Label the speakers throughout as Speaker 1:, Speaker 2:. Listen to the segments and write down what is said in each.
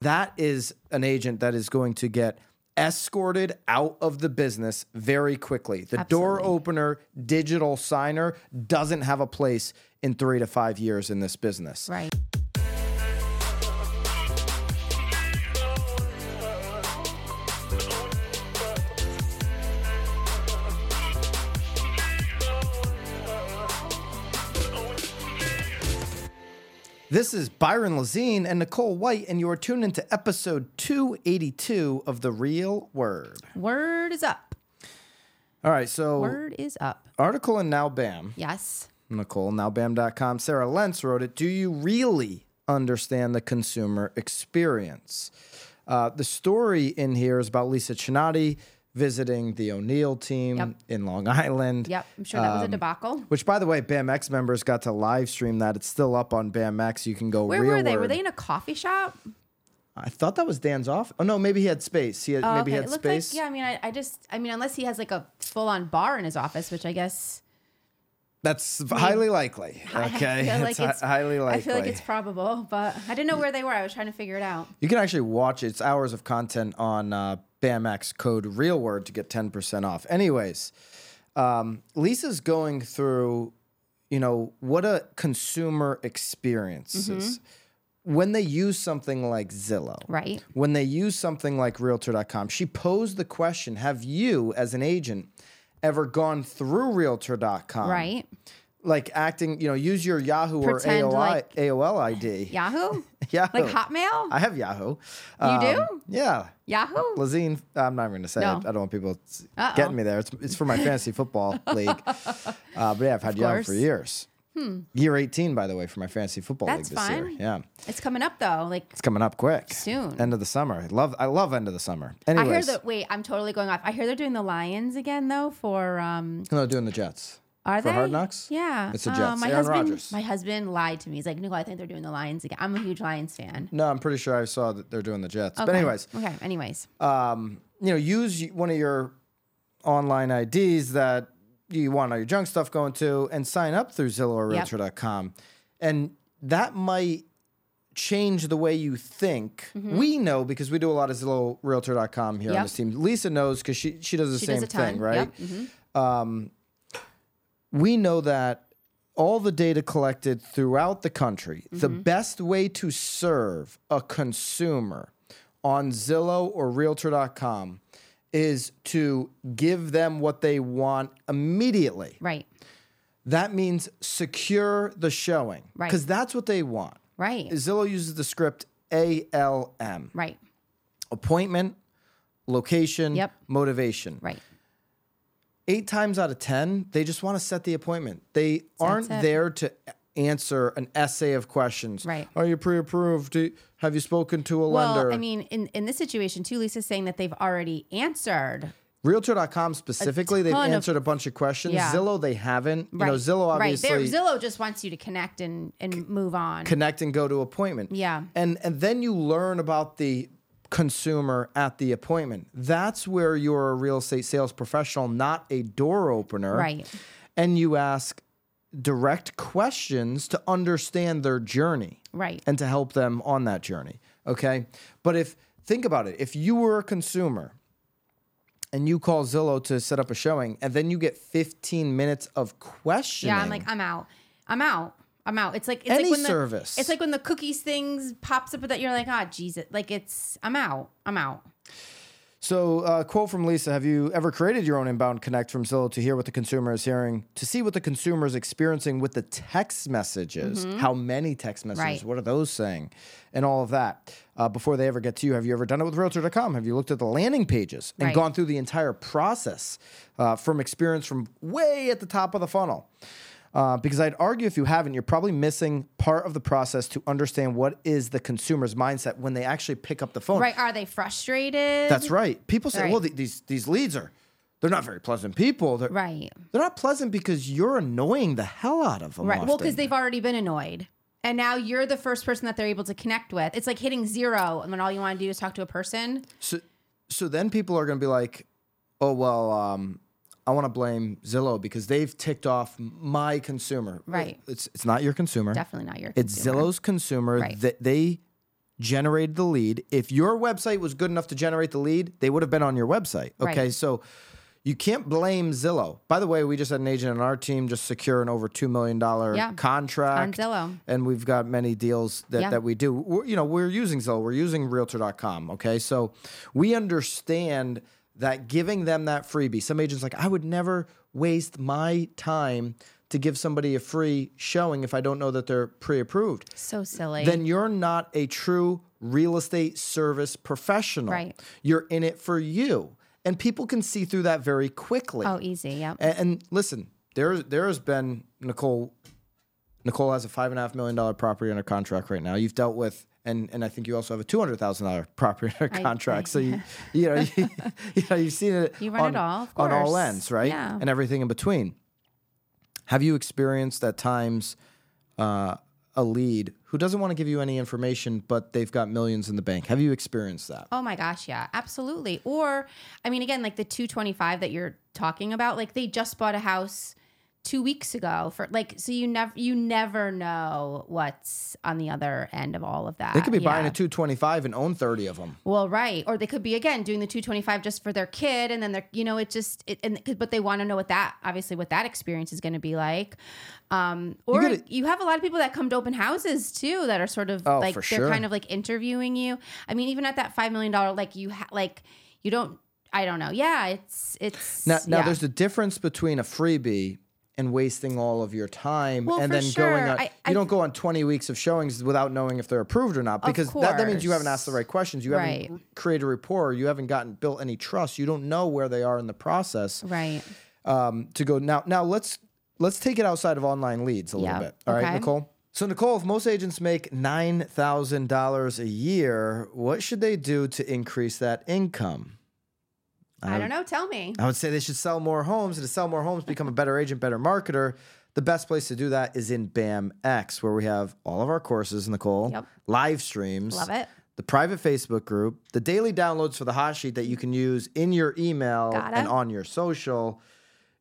Speaker 1: That is an agent that is going to get escorted out of the business very quickly. The door
Speaker 2: Absolutely.
Speaker 1: opener, digital signer doesn't have a place in three to five years in this business.
Speaker 2: Right.
Speaker 1: This is Byron Lazine and Nicole White, and you are tuned into episode 282 of The Real Word.
Speaker 2: Word is up.
Speaker 1: All right, so
Speaker 2: Word is up.
Speaker 1: article in Now Bam.
Speaker 2: Yes.
Speaker 1: Nicole, nowbam.com. Sarah Lentz wrote it. Do you really understand the consumer experience? Uh, the story in here is about Lisa Chinati visiting the O'Neill team
Speaker 2: Yep.
Speaker 1: in Long Island.
Speaker 2: Yep. I'm sure that
Speaker 1: Um,
Speaker 2: was a debacle.
Speaker 1: Which, by the way, BAMX members got to live stream that. It's still up on BAMX. You can go
Speaker 2: Where
Speaker 1: real
Speaker 2: were they? Were
Speaker 1: word.
Speaker 2: they in a coffee shop?
Speaker 1: I thought that was Dan's off. Oh, no, maybe he had space. He had,
Speaker 2: Oh,
Speaker 1: maybe he
Speaker 2: okay.
Speaker 1: had
Speaker 2: it looked
Speaker 1: space.
Speaker 2: like yeah. I mean, I, I just I mean, unless he has like a full on bar in his office, which I guess
Speaker 1: That's highly likely. Okay.
Speaker 2: I feel like
Speaker 1: That's hi-
Speaker 2: it's
Speaker 1: highly likely.
Speaker 2: I feel like it's probable, but I didn't know where they were. I was trying to figure it out.
Speaker 1: You can actually watch its hours of content on uh, BAMX code real word to get 10% off. Anyways, um, Lisa's going through, you know, what a consumer experience is. When they use something like Zillow,
Speaker 2: Mm-hmm. Right.
Speaker 1: when they use something like Realtor.com, she posed the question Have you, as an agent, ever gone through Realtor.com?
Speaker 2: Um, Right.
Speaker 1: Like acting, you know, use your Yahoo
Speaker 2: Pretend
Speaker 1: or AOI,
Speaker 2: like-
Speaker 1: AOL ID.
Speaker 2: Yahoo.
Speaker 1: Yahoo.
Speaker 2: Like Hotmail.
Speaker 1: Oh. I have Yahoo.
Speaker 2: You
Speaker 1: Um,
Speaker 2: do?
Speaker 1: Yeah.
Speaker 2: Yahoo.
Speaker 1: Lazine, I'm not even going to say
Speaker 2: No.
Speaker 1: it. I don't want people s-
Speaker 2: Uh-oh.
Speaker 1: getting me there. It's, it's for my fantasy football league. Uh, but yeah, I've had Yahoo for
Speaker 2: course. Hmm.
Speaker 1: years. Year 18, by the way, for my fantasy football
Speaker 2: That's
Speaker 1: league this year.
Speaker 2: fine.
Speaker 1: Yeah.
Speaker 2: It's coming up though. Like
Speaker 1: It's coming up quick.
Speaker 2: Soon.
Speaker 1: End of the summer. I love, I love end of the summer.
Speaker 2: I hear
Speaker 1: Anyways,
Speaker 2: that. Wait, I'm totally going off. I hear they're doing the Lions again though for um
Speaker 1: no, doing the Jets.
Speaker 2: Are
Speaker 1: For
Speaker 2: they
Speaker 1: Hard Knocks?
Speaker 2: Yeah,
Speaker 1: It's the
Speaker 2: Oh,
Speaker 1: Jets.
Speaker 2: my
Speaker 1: Aaron
Speaker 2: husband,
Speaker 1: Rodgers.
Speaker 2: my husband lied to me. He's like, Nicole, I think they're doing the Lions again. I'm a huge Lions fan.
Speaker 1: No, I'm pretty sure I saw that they're doing the Jets. But
Speaker 2: Okay.
Speaker 1: anyways,
Speaker 2: okay. Anyways,
Speaker 1: um, you know, use y- one of your online IDs that you want all your junk stuff going to and sign up through Zillow or
Speaker 2: Yep.
Speaker 1: Realtor.com. And that might change the way you think. We know because we do a lot of Zillow Realtor.com here on
Speaker 2: Mm-hmm. Yep.
Speaker 1: this team. Lisa knows because she, she does the
Speaker 2: she
Speaker 1: same
Speaker 2: does a ton.
Speaker 1: thing, right? Um,
Speaker 2: Yep. Mhm.
Speaker 1: we know that all the data collected throughout the country, the
Speaker 2: Mm-hmm.
Speaker 1: best way to serve a consumer on Zillow or Realtor.com is to give them what they want immediately.
Speaker 2: Right.
Speaker 1: That means secure the showing
Speaker 2: Right.
Speaker 1: because that's what they want.
Speaker 2: Right.
Speaker 1: Zillow uses the script ALM
Speaker 2: right.
Speaker 1: appointment, location,
Speaker 2: Yep.
Speaker 1: motivation
Speaker 2: Right.
Speaker 1: eight times out of ten, they just want to set the appointment. They aren't
Speaker 2: it.
Speaker 1: there to answer an essay of questions.
Speaker 2: Right.
Speaker 1: Are you pre-approved? Do- Have you spoken to a lender?
Speaker 2: Well, I mean, in, in this situation too, Lisa's saying that they've already answered.
Speaker 1: Realtor.com specifically, they've
Speaker 2: ton of-
Speaker 1: answered a bunch of questions.
Speaker 2: Yeah.
Speaker 1: Zillow, they haven't.
Speaker 2: Right.
Speaker 1: You know, Zillow
Speaker 2: Right.
Speaker 1: obviously
Speaker 2: They're- Zillow just wants you to connect and and move on.
Speaker 1: connect and go to appointment.
Speaker 2: Yeah.
Speaker 1: And and then you learn about the consumer at the appointment. That's where you're a real estate sales professional, not a door opener.
Speaker 2: Right.
Speaker 1: And you ask direct questions to understand their journey
Speaker 2: right.
Speaker 1: and to help them on that journey. Okay. But if, think about it, if you were a consumer and you call Zillow to set up a showing and then you get 15 minutes of questioning.
Speaker 2: Yeah, I'm like, I'm out. I'm out. I'm out. It's like it's
Speaker 1: Any
Speaker 2: like when the-
Speaker 1: service.
Speaker 2: it's like when the cookies things pops up that you're like, ah, Jesus. Like it's I'm out. I'm out.
Speaker 1: So, uh, quote from Lisa Have you ever created your own inbound connect from Zillow to hear what the consumer is hearing, to see what the consumer is experiencing with the text messages? How many text messages?
Speaker 2: Mm-hmm. Right.
Speaker 1: What are those saying? And all of that. Uh, before they ever get to you, have you ever done it with Realtor.com? Have you looked at the landing pages and
Speaker 2: Right.
Speaker 1: gone through the entire process uh, from experience from way at the top of the funnel? Uh, because I'd argue if you haven't, you're probably missing part of the process to understand what is the consumer's mindset when they actually pick up the phone.
Speaker 2: Right? Are they frustrated?
Speaker 1: That's right. People say,
Speaker 2: Right.
Speaker 1: "Well, th- these these leads are, they're not very pleasant people." They're,
Speaker 2: right.
Speaker 1: They're not pleasant because you're annoying the hell out of them.
Speaker 2: Right. Well, because
Speaker 1: often.
Speaker 2: they've already been annoyed. And now you're the first person that they're able to connect with. It's like hitting zero and when all you want to do is talk to a person.
Speaker 1: so so then people are going to be like, "Oh well, um, I want to blame Zillow because they've ticked off my consumer." Well,
Speaker 2: Right.
Speaker 1: It's it's not your consumer.
Speaker 2: Definitely not your
Speaker 1: It's
Speaker 2: consumer.
Speaker 1: Zillow's consumer
Speaker 2: Right.
Speaker 1: that they generated the lead. If your website was good enough to generate the lead, they would have been on your website. Okay.
Speaker 2: Right.
Speaker 1: So you can't blame Zillow. By the way, we just had an agent on our team just secure an over $2 million
Speaker 2: Yeah.
Speaker 1: contract.
Speaker 2: On Zillow.
Speaker 1: And we've got many deals that,
Speaker 2: Yeah.
Speaker 1: that we do. We're, you know, we're using Zillow, we're using realtor.com. Okay. So we understand that giving them that freebie, some agents like, I would never waste my time to give somebody a free showing if I don't know that they're pre approved
Speaker 2: So silly.
Speaker 1: then you're not a true real estate service professional.
Speaker 2: Right.
Speaker 1: You're in it for you. And people can see through that very quickly.
Speaker 2: oh, easy. Yeah.
Speaker 1: A- And, listen, there there has been Nicole. Nicole has a five and a half million dollar property under contract right now. You've dealt with, and and I think you also have a two hundred thousand dollar property under
Speaker 2: I-
Speaker 1: contract.
Speaker 2: I-
Speaker 1: so you you know you, you know you've seen it
Speaker 2: You
Speaker 1: on,
Speaker 2: run it all, of
Speaker 1: on all
Speaker 2: course.
Speaker 1: ends, right?
Speaker 2: Yeah.
Speaker 1: And everything in between. Have you experienced at times uh, a lead who doesn't want to give you any information, but they've got millions in the bank? Have you experienced that?
Speaker 2: Oh my gosh, yeah, absolutely. Or I mean, again, like the two twenty five that you're talking about, like they just bought a house two weeks ago for like, so you never you never know what's on the other end of all of that.
Speaker 1: They could be buying
Speaker 2: Uh, Yeah.
Speaker 1: a two twenty five and own thirty of them.
Speaker 2: Well, right, or they could be again doing the two twenty five just for their kid, and then they're you know it just it, and 'cause- but they want to know what that obviously what that experience is going to be like. Um, or you,
Speaker 1: gotta-
Speaker 2: have a lot of people that come to open houses too that are sort of
Speaker 1: Oh,
Speaker 2: like
Speaker 1: for
Speaker 2: they're
Speaker 1: sure.
Speaker 2: kind of like interviewing you. I mean, even at that five million dollar, like you ha- like you don't. I don't know. Yeah, it's it's
Speaker 1: Now, now
Speaker 2: yeah.
Speaker 1: there's a difference between a freebie and wasting all of your time
Speaker 2: Well,
Speaker 1: and
Speaker 2: for
Speaker 1: then going
Speaker 2: sure.
Speaker 1: on
Speaker 2: I-
Speaker 1: you
Speaker 2: I-
Speaker 1: don't go on 20 weeks of showings without knowing if they're approved or not because that, that means you haven't asked the
Speaker 2: course.
Speaker 1: right questions you haven't
Speaker 2: Right.
Speaker 1: r- created rapport you haven't gotten built any trust you don't know where they are in the process
Speaker 2: right.
Speaker 1: um, to go now now let's let's take it outside of online leads a
Speaker 2: Yeah,
Speaker 1: little bit All right,
Speaker 2: okay.
Speaker 1: Nicole so Nicole if most agents make $9,000 a year what should they do to increase that income Um,
Speaker 2: I don't know. Tell me.
Speaker 1: I would say they should sell more homes, and to sell more homes, become a better agent, better marketer. The best place to do that is in BAMX, where we have all of our courses, Nicole,
Speaker 2: Yep.
Speaker 1: live streams,
Speaker 2: Love it.
Speaker 1: the private Facebook group, the daily downloads for the hot sheet that you can use in your email
Speaker 2: Got
Speaker 1: and
Speaker 2: it.
Speaker 1: on your social.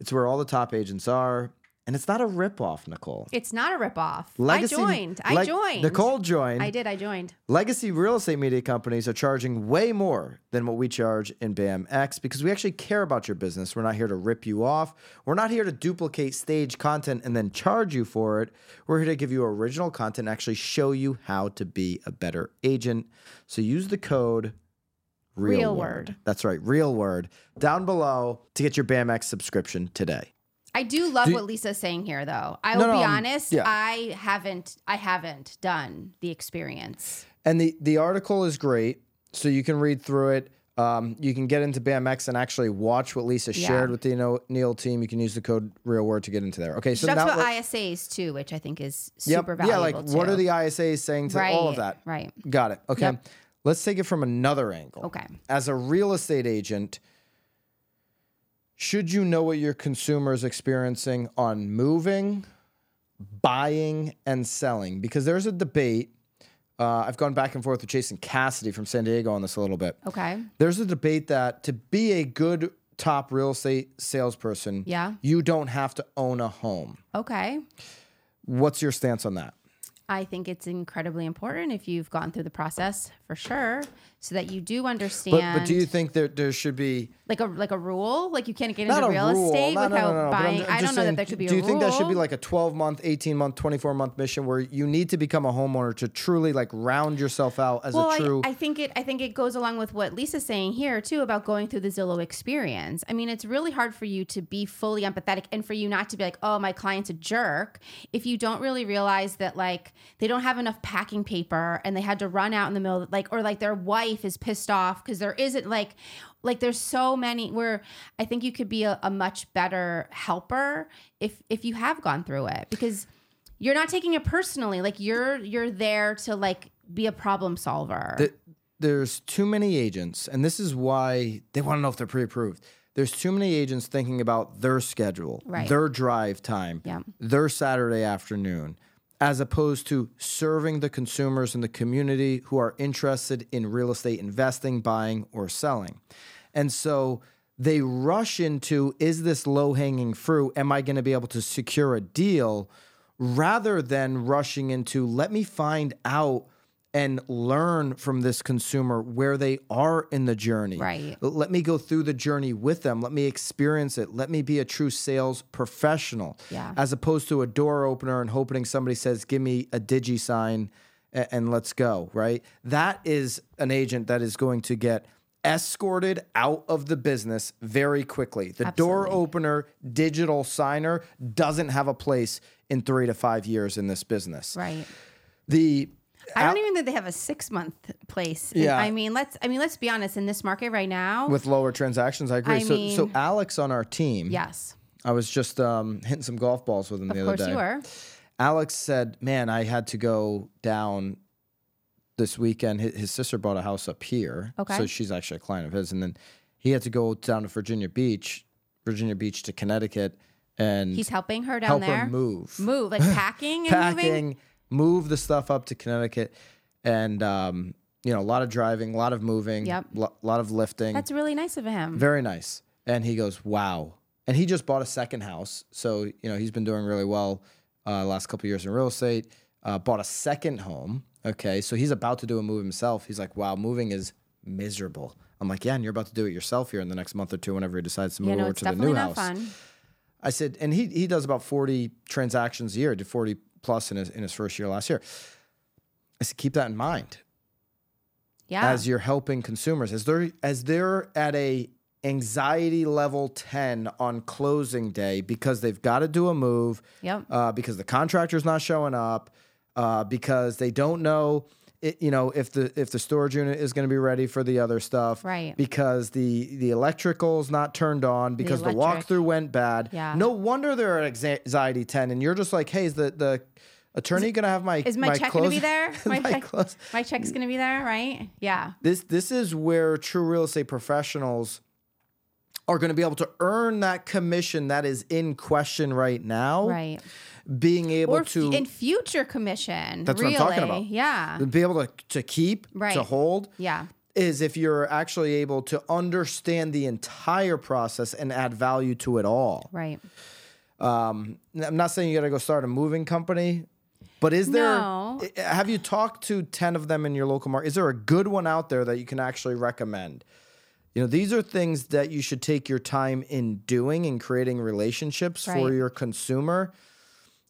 Speaker 1: It's where all the top agents are, and it's not a ripoff, Nicole.
Speaker 2: It's not a ripoff. I joined. I
Speaker 1: like-
Speaker 2: joined.
Speaker 1: Nicole joined.
Speaker 2: I did. I joined.
Speaker 1: Legacy real estate media companies are charging way more than what we charge in BAMX because we actually care about your business. We're not here to rip you off. We're not here to duplicate stage content and then charge you for it. We're here to give you original content, and actually show you how to be a better agent. So use the code real,
Speaker 2: Real
Speaker 1: word.
Speaker 2: Word.
Speaker 1: That's right, real word down below to get your BAMX subscription today.
Speaker 2: I do love
Speaker 1: Do-
Speaker 2: what Lisa's saying here, though. I
Speaker 1: No,
Speaker 2: will
Speaker 1: no,
Speaker 2: be
Speaker 1: um,
Speaker 2: honest.
Speaker 1: yeah.
Speaker 2: I haven't. I haven't done the experience.
Speaker 1: And the the article is great, so you can read through it. Um, you can get into BAMX and actually watch what Lisa
Speaker 2: Yeah.
Speaker 1: shared with the Neil- Neil E team. You can use the code real word to get into there. Okay, so
Speaker 2: She talks
Speaker 1: now
Speaker 2: about
Speaker 1: let-
Speaker 2: ISAs too, which I think is
Speaker 1: yep,
Speaker 2: super
Speaker 1: yeah,
Speaker 2: valuable.
Speaker 1: like what
Speaker 2: too.
Speaker 1: are the ISAs saying to all of that?
Speaker 2: Right.
Speaker 1: Got it. Okay,
Speaker 2: Yep.
Speaker 1: let's take it from another angle.
Speaker 2: Okay.
Speaker 1: as a real estate agent. Should you know what your consumer is experiencing on moving, buying, and selling? Because there's a debate. Uh, I've gone back and forth with Jason Cassidy from San Diego on this a little bit.
Speaker 2: Okay.
Speaker 1: There's a debate that to be a good top real estate salesperson,
Speaker 2: Yeah.
Speaker 1: you don't have to own a home.
Speaker 2: Okay.
Speaker 1: What's your stance on that?
Speaker 2: I think it's incredibly important if you've gone through the process for sure, so that you do understand,
Speaker 1: But, but do you think that there should be
Speaker 2: like a like a rule, like you can't get
Speaker 1: not
Speaker 2: into
Speaker 1: a
Speaker 2: real
Speaker 1: rule?
Speaker 2: estate
Speaker 1: no, no,
Speaker 2: without
Speaker 1: no, no, but I'm
Speaker 2: buying.
Speaker 1: ju-
Speaker 2: I
Speaker 1: just
Speaker 2: don't know
Speaker 1: saying,
Speaker 2: that there should be.
Speaker 1: Do
Speaker 2: a
Speaker 1: you think that should be
Speaker 2: rule.
Speaker 1: like a 12 month, 18 month, 24 month mission where you need to become a homeowner to truly like round yourself out as
Speaker 2: well,
Speaker 1: a true?
Speaker 2: I, I think it. I think it goes along with what Lisa's saying here too about going through the Zillow experience. I mean, it's really hard for you to be fully empathetic and for you not to be like, "Oh, my client's a jerk," if you don't really realize that like they don't have enough packing paper and they had to run out in the middle, like or like their wife is pissed off because there isn't like. Like there's so many where I think you could be a, a much better helper if if you have gone through it because you're not taking it personally like you're you're there to like be a problem solver
Speaker 1: that there's too many agents, and this is why they want to know if they're pre-approved. There's too many agents thinking about their schedule,
Speaker 2: Right.
Speaker 1: their drive time,
Speaker 2: Yeah.
Speaker 1: their Saturday afternoon, as opposed to serving the consumers in the community who are interested in real estate investing, buying, or selling. And so they rush into is this low hanging fruit? Am I going to be able to secure a deal? Rather than rushing into let me find out and learn from this consumer where they are in the journey.
Speaker 2: Right.
Speaker 1: Let me go through the journey with them. Let me experience it. Let me be a true sales professional.
Speaker 2: Yeah.
Speaker 1: As opposed to a door opener and hoping somebody says, give me a digi sign and, and let's go. Right. That is an agent that is going to get escorted out of the business very quickly. The door opener, digital signer doesn't have a place in three to five years in this business.
Speaker 2: Right.
Speaker 1: The
Speaker 2: I don't even think they have a six month place. And
Speaker 1: Yeah.
Speaker 2: I mean, let's I mean, let's be honest, in this market right now.
Speaker 1: with lower transactions. I agree.
Speaker 2: I
Speaker 1: so, so
Speaker 2: mean-
Speaker 1: Alex on our team,
Speaker 2: yes.
Speaker 1: I was just um, hitting some golf balls with him the
Speaker 2: Of
Speaker 1: other
Speaker 2: course
Speaker 1: day.
Speaker 2: you were.
Speaker 1: Alex said, "Man, I had to go down this weekend. His, his sister bought a house up here,
Speaker 2: Okay.
Speaker 1: so she's actually a client of his. And then he had to go down to Virginia Beach, Virginia Beach to Connecticut, and
Speaker 2: He's helping her down
Speaker 1: help
Speaker 2: there.
Speaker 1: her move,
Speaker 2: Move, like packing and moving.
Speaker 1: packing, move the stuff up to Connecticut, and um, you know, a lot of driving, a lot of moving,
Speaker 2: Yep.
Speaker 1: a lot of lifting.
Speaker 2: That's really nice of him.
Speaker 1: Very nice. And he goes, wow. And he just bought a second house. So, you know, he's been doing really well uh, last couple years in real estate. Uh, bought a second home. Okay. So he's about to do a move himself. He's like, wow, moving is miserable. I'm like, yeah, and you're about to do it yourself here in the next month or two whenever he decides to move
Speaker 2: you know,
Speaker 1: over
Speaker 2: it's
Speaker 1: to the
Speaker 2: definitely
Speaker 1: new
Speaker 2: not
Speaker 1: house.
Speaker 2: fun.
Speaker 1: I said, and he he does about forty transactions a year, did forty plus in his in his first year last year. I said, keep that in mind
Speaker 2: Yeah.
Speaker 1: as you're helping consumers as they're as they're at a anxiety level 10 on closing day because they've got to do a move
Speaker 2: yep.
Speaker 1: uh, because the contractor's not showing up uh, because they don't know it, you know if the if the storage unit is going to be ready for the other stuff
Speaker 2: Right.
Speaker 1: because the the electrical's not turned on because the,
Speaker 2: electric.
Speaker 1: walkthrough went bad
Speaker 2: Yeah.
Speaker 1: no wonder they're at exa- anxiety 10 and you're just like hey is the the attorney going to have my
Speaker 2: Is my, check
Speaker 1: close-
Speaker 2: gonna be there? My,
Speaker 1: my
Speaker 2: check,
Speaker 1: close
Speaker 2: my check's gonna be there, right? Yeah.
Speaker 1: this this is where true real estate professionals are going to be able to earn that commission that is in question right now.
Speaker 2: Right.
Speaker 1: Being able
Speaker 2: Or f-
Speaker 1: to
Speaker 2: in future commission.
Speaker 1: That's what
Speaker 2: really.
Speaker 1: I'm talking about.
Speaker 2: Yeah.
Speaker 1: be able to, to keep
Speaker 2: Right.
Speaker 1: to hold
Speaker 2: Yeah.
Speaker 1: is if you're actually able to understand the entire process and add value to it all.
Speaker 2: Right.
Speaker 1: I'm not saying you got to go start a moving company, but is there
Speaker 2: No.
Speaker 1: i- have you talked to 10 of them in your local market? Is there a good one out there that you can actually recommend? You know, these are things that you should take your time in doing and creating relationships for
Speaker 2: Right.
Speaker 1: your consumer.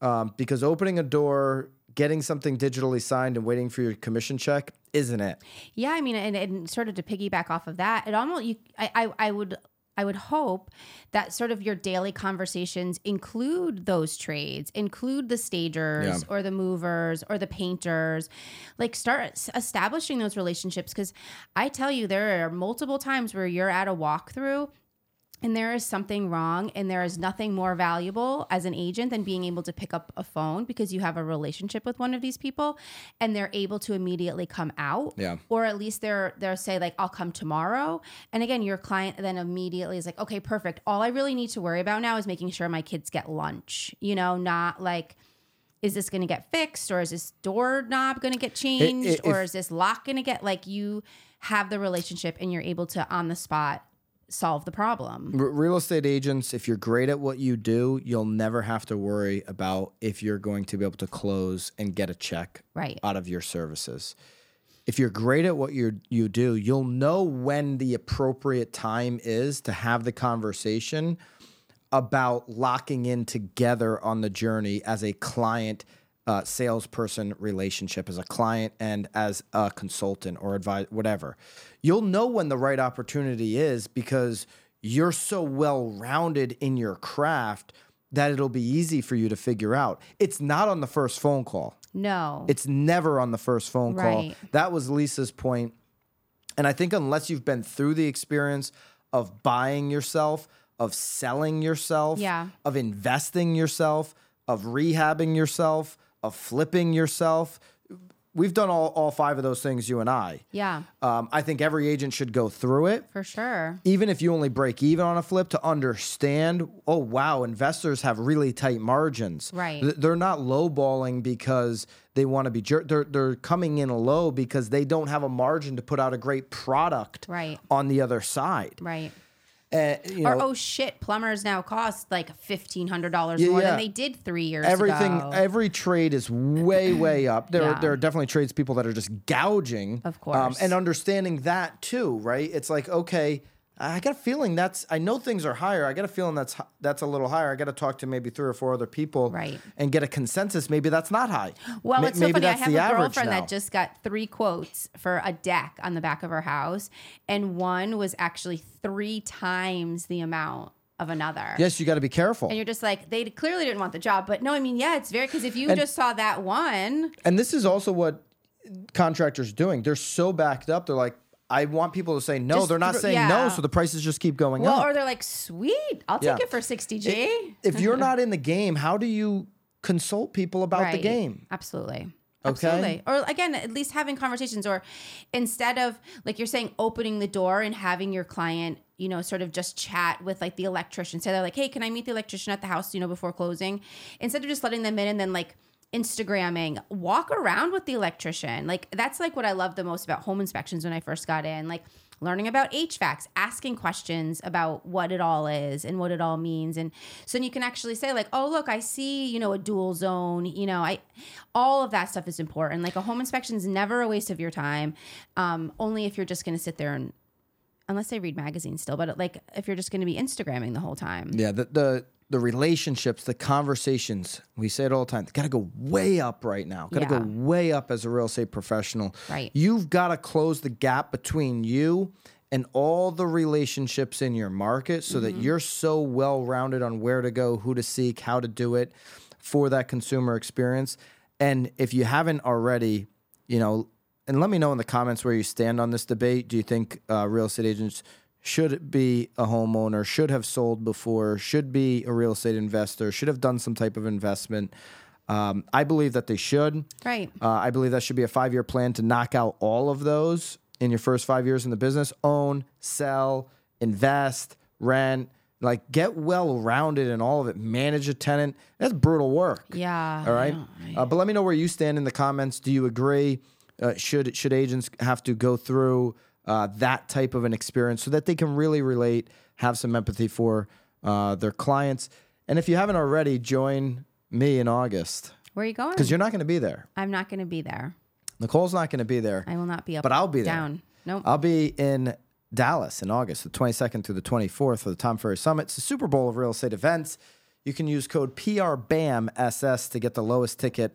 Speaker 1: Um, because opening a door, getting something digitally signed, and waiting for your commission check isn't it.
Speaker 2: Yeah, I mean, and, and sort of to piggyback off of that, it almost you, I, I, I would, I would hope that sort of your daily conversations include those trades, include the stagers or the movers or the painters, like start s- establishing those relationships. Because I tell you, there are multiple times where you're at a walkthrough and there is something wrong and there is nothing more valuable as an agent than being able to pick up a phone because you have a relationship with one of these people and they're able to immediately come out
Speaker 1: Yeah.
Speaker 2: or at least they're they'll say like i'll come tomorrow and again your client then immediately is like okay perfect all i really need to worry about now is making sure my kids get lunch you know not like is this going to get fixed or is this doorknob going to get changed
Speaker 1: if-
Speaker 2: or is this lock going to get like you have the relationship and you're able to on the spot solve the problem
Speaker 1: R- real estate agents, if you're great at what you do, you'll never have to worry about if you're going to be able to close and get a check
Speaker 2: Right.
Speaker 1: out of your services. If you're great at what you you do, you'll know when the appropriate time is to have the conversation about locking in together on the journey as a client uh, salesperson relationship, as a client and as a consultant or advise whatever. You'll know when the right opportunity is because you're so well rounded in your craft that it'll be easy for you to figure out. It's not on the first phone call.
Speaker 2: No.
Speaker 1: It's never on the first phone call.
Speaker 2: Right.
Speaker 1: That was Lisa's point. And I think unless you've been through the experience of buying yourself, of selling yourself,
Speaker 2: Yeah.
Speaker 1: of investing yourself, of rehabbing yourself, of flipping yourself, we've done all, all five of those things, you and I.
Speaker 2: yeah,
Speaker 1: Um, I think every agent should go through it
Speaker 2: for sure.
Speaker 1: even if you only break even on a flip to understand oh wow investors have really tight margins
Speaker 2: Right.
Speaker 1: Th- they're not lowballing because they want to be jer- they're, they're coming in low because they don't have a margin to put out a great product
Speaker 2: Right.
Speaker 1: on the other side
Speaker 2: Right.
Speaker 1: And, you
Speaker 2: Or
Speaker 1: know,
Speaker 2: oh shit, plumbers now cost like fifteen hundred dollars
Speaker 1: Yeah,
Speaker 2: more
Speaker 1: yeah.
Speaker 2: than they did three years
Speaker 1: everything eh,
Speaker 2: ago.
Speaker 1: every trade is way way up there
Speaker 2: Yeah.
Speaker 1: are, there are definitely trades people that are just gouging um,
Speaker 2: Of course.
Speaker 1: and understanding that too right it's like okay i got a feeling that's i know things are higher i got a feeling that's hi- that's a little higher i got to talk to maybe three or four other people
Speaker 2: Right.
Speaker 1: and get a consensus maybe that's not high
Speaker 2: Well,
Speaker 1: Ma-
Speaker 2: it's so funny. I
Speaker 1: that's
Speaker 2: have
Speaker 1: the
Speaker 2: a
Speaker 1: average
Speaker 2: girlfriend
Speaker 1: now.
Speaker 2: that just got three quotes for a deck on the back of her house, and one was actually three times the amount of another.
Speaker 1: yes you got to be careful
Speaker 2: And you're just like, they clearly didn't want the job. But no, I mean, yeah, it's very, because if you just saw that one,
Speaker 1: And this is also what contractors are doing. They're so backed up. They're like, I want people to say no.
Speaker 2: Just
Speaker 1: they're not
Speaker 2: thro-
Speaker 1: saying no,
Speaker 2: yeah.
Speaker 1: so the prices just keep going
Speaker 2: well,
Speaker 1: up.
Speaker 2: or they're like, sweet, I'll take
Speaker 1: Yeah.
Speaker 2: it for 60G.
Speaker 1: if you're not in the game, how do you consult people about the
Speaker 2: Right.
Speaker 1: game?
Speaker 2: Absolutely.
Speaker 1: Okay?
Speaker 2: Absolutely. Or again, at least having conversations or instead of like you're saying opening the door and having your client, you know, sort of just chat with like the electrician. Say they're like, "Hey, can I meet the electrician at the house, you know, before closing?" Instead of just letting them in and then like Instagramming, walk around with the electrician. Like that's like what I love the most about home inspections when I first got in. Like learning about HVACs, asking questions about what it all is and what it all means. And so then you can actually say, like, oh, look, I see, you know, a dual zone, you know, I, all of that stuff is important. Like a home inspection is never a waste of your time, um, only if you're just going to sit there and, unless they read magazines still, but like if you're just going to be Instagramming the whole time.
Speaker 1: Yeah, the the, the relationships, the conversations. We say it all the time. Got to go way up right now. Got to
Speaker 2: Yeah.
Speaker 1: go way up as a real estate professional.
Speaker 2: Right.
Speaker 1: You've got to close the gap between you and all the relationships in your market so that you're so well rounded on where to go, who to seek, how to do it for that consumer experience. And if you haven't already, you know, and let me know in the comments where you stand on this debate. Do you think uh, real estate agents should be a homeowner, should have sold before, should be a real estate investor, should have done some type of investment? Um, I believe that they should.
Speaker 2: Right.
Speaker 1: Uh, I believe that should be a five year plan to knock out all of those in your first five years in the business own, sell, invest, rent. Like, get well rounded in all of it. Manage a tenant. That's brutal work.
Speaker 2: Yeah.
Speaker 1: All right. Uh, but let me know where you stand in the comments. Do you agree? Uh, should should agents have to go through uh, that type of an experience so that they can really relate, have some empathy for uh, their clients? And if you haven't already, join me in August
Speaker 2: Where are you going?
Speaker 1: because you're not going to be there.
Speaker 2: I'm not going to be there.
Speaker 1: Nicole's not going to be there.
Speaker 2: I will not be up.
Speaker 1: But I'll be there.
Speaker 2: down. Nope.
Speaker 1: I'll be in Dallas in August, the 22nd through the 24th for the Tom Ferry Summit. It's the Super Bowl of real estate events. You can use code PRBAMSS to get the lowest ticket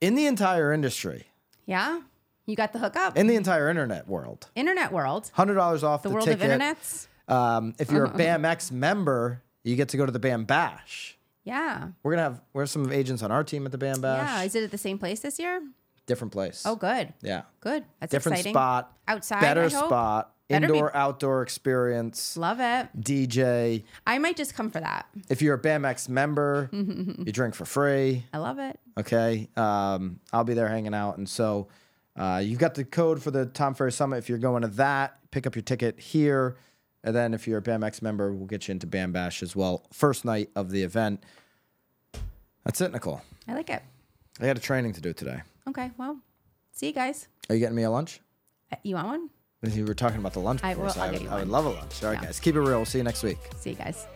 Speaker 1: in the entire industry,
Speaker 2: yeah. You got the hookup.
Speaker 1: in the entire internet world.
Speaker 2: Internet world.
Speaker 1: $100 off the,
Speaker 2: The world
Speaker 1: ticket.
Speaker 2: of internets.
Speaker 1: Um, if you're a BAMX member, you get to go to the BAM Bash.
Speaker 2: Yeah.
Speaker 1: We're going to have, we have some agents on our team at the BAM Bash.
Speaker 2: Yeah. Is it at the same place this year?
Speaker 1: Different place.
Speaker 2: Oh, good.
Speaker 1: Yeah.
Speaker 2: Good. That's
Speaker 1: Different
Speaker 2: exciting.
Speaker 1: spot.
Speaker 2: Outside,
Speaker 1: Better
Speaker 2: I hope.
Speaker 1: spot.
Speaker 2: Better be-
Speaker 1: indoor, outdoor experience.
Speaker 2: Love it.
Speaker 1: DJ.
Speaker 2: I might just come for that.
Speaker 1: If you're a BAMX member, you drink for free.
Speaker 2: I love it.
Speaker 1: Okay. Um, I'll be there hanging out. And so uh, you've got the code for the Tom Ferry Summit. If you're going to that, pick up your ticket here. And then if you're a BAMX member, we'll get you into BAM Bash as well. First night of the event. That's it, Nicole.
Speaker 2: I like it.
Speaker 1: I got a training to do today.
Speaker 2: Okay. Well, see you guys.
Speaker 1: Are you getting me a lunch?
Speaker 2: Uh, You want one?
Speaker 1: You were talking about the lunch
Speaker 2: I
Speaker 1: before,
Speaker 2: will-
Speaker 1: so
Speaker 2: I'll
Speaker 1: I
Speaker 2: get
Speaker 1: would,
Speaker 2: you
Speaker 1: I would
Speaker 2: one.
Speaker 1: love a lunch. All right, guys. Keep it real. We'll see you next week.
Speaker 2: See you guys.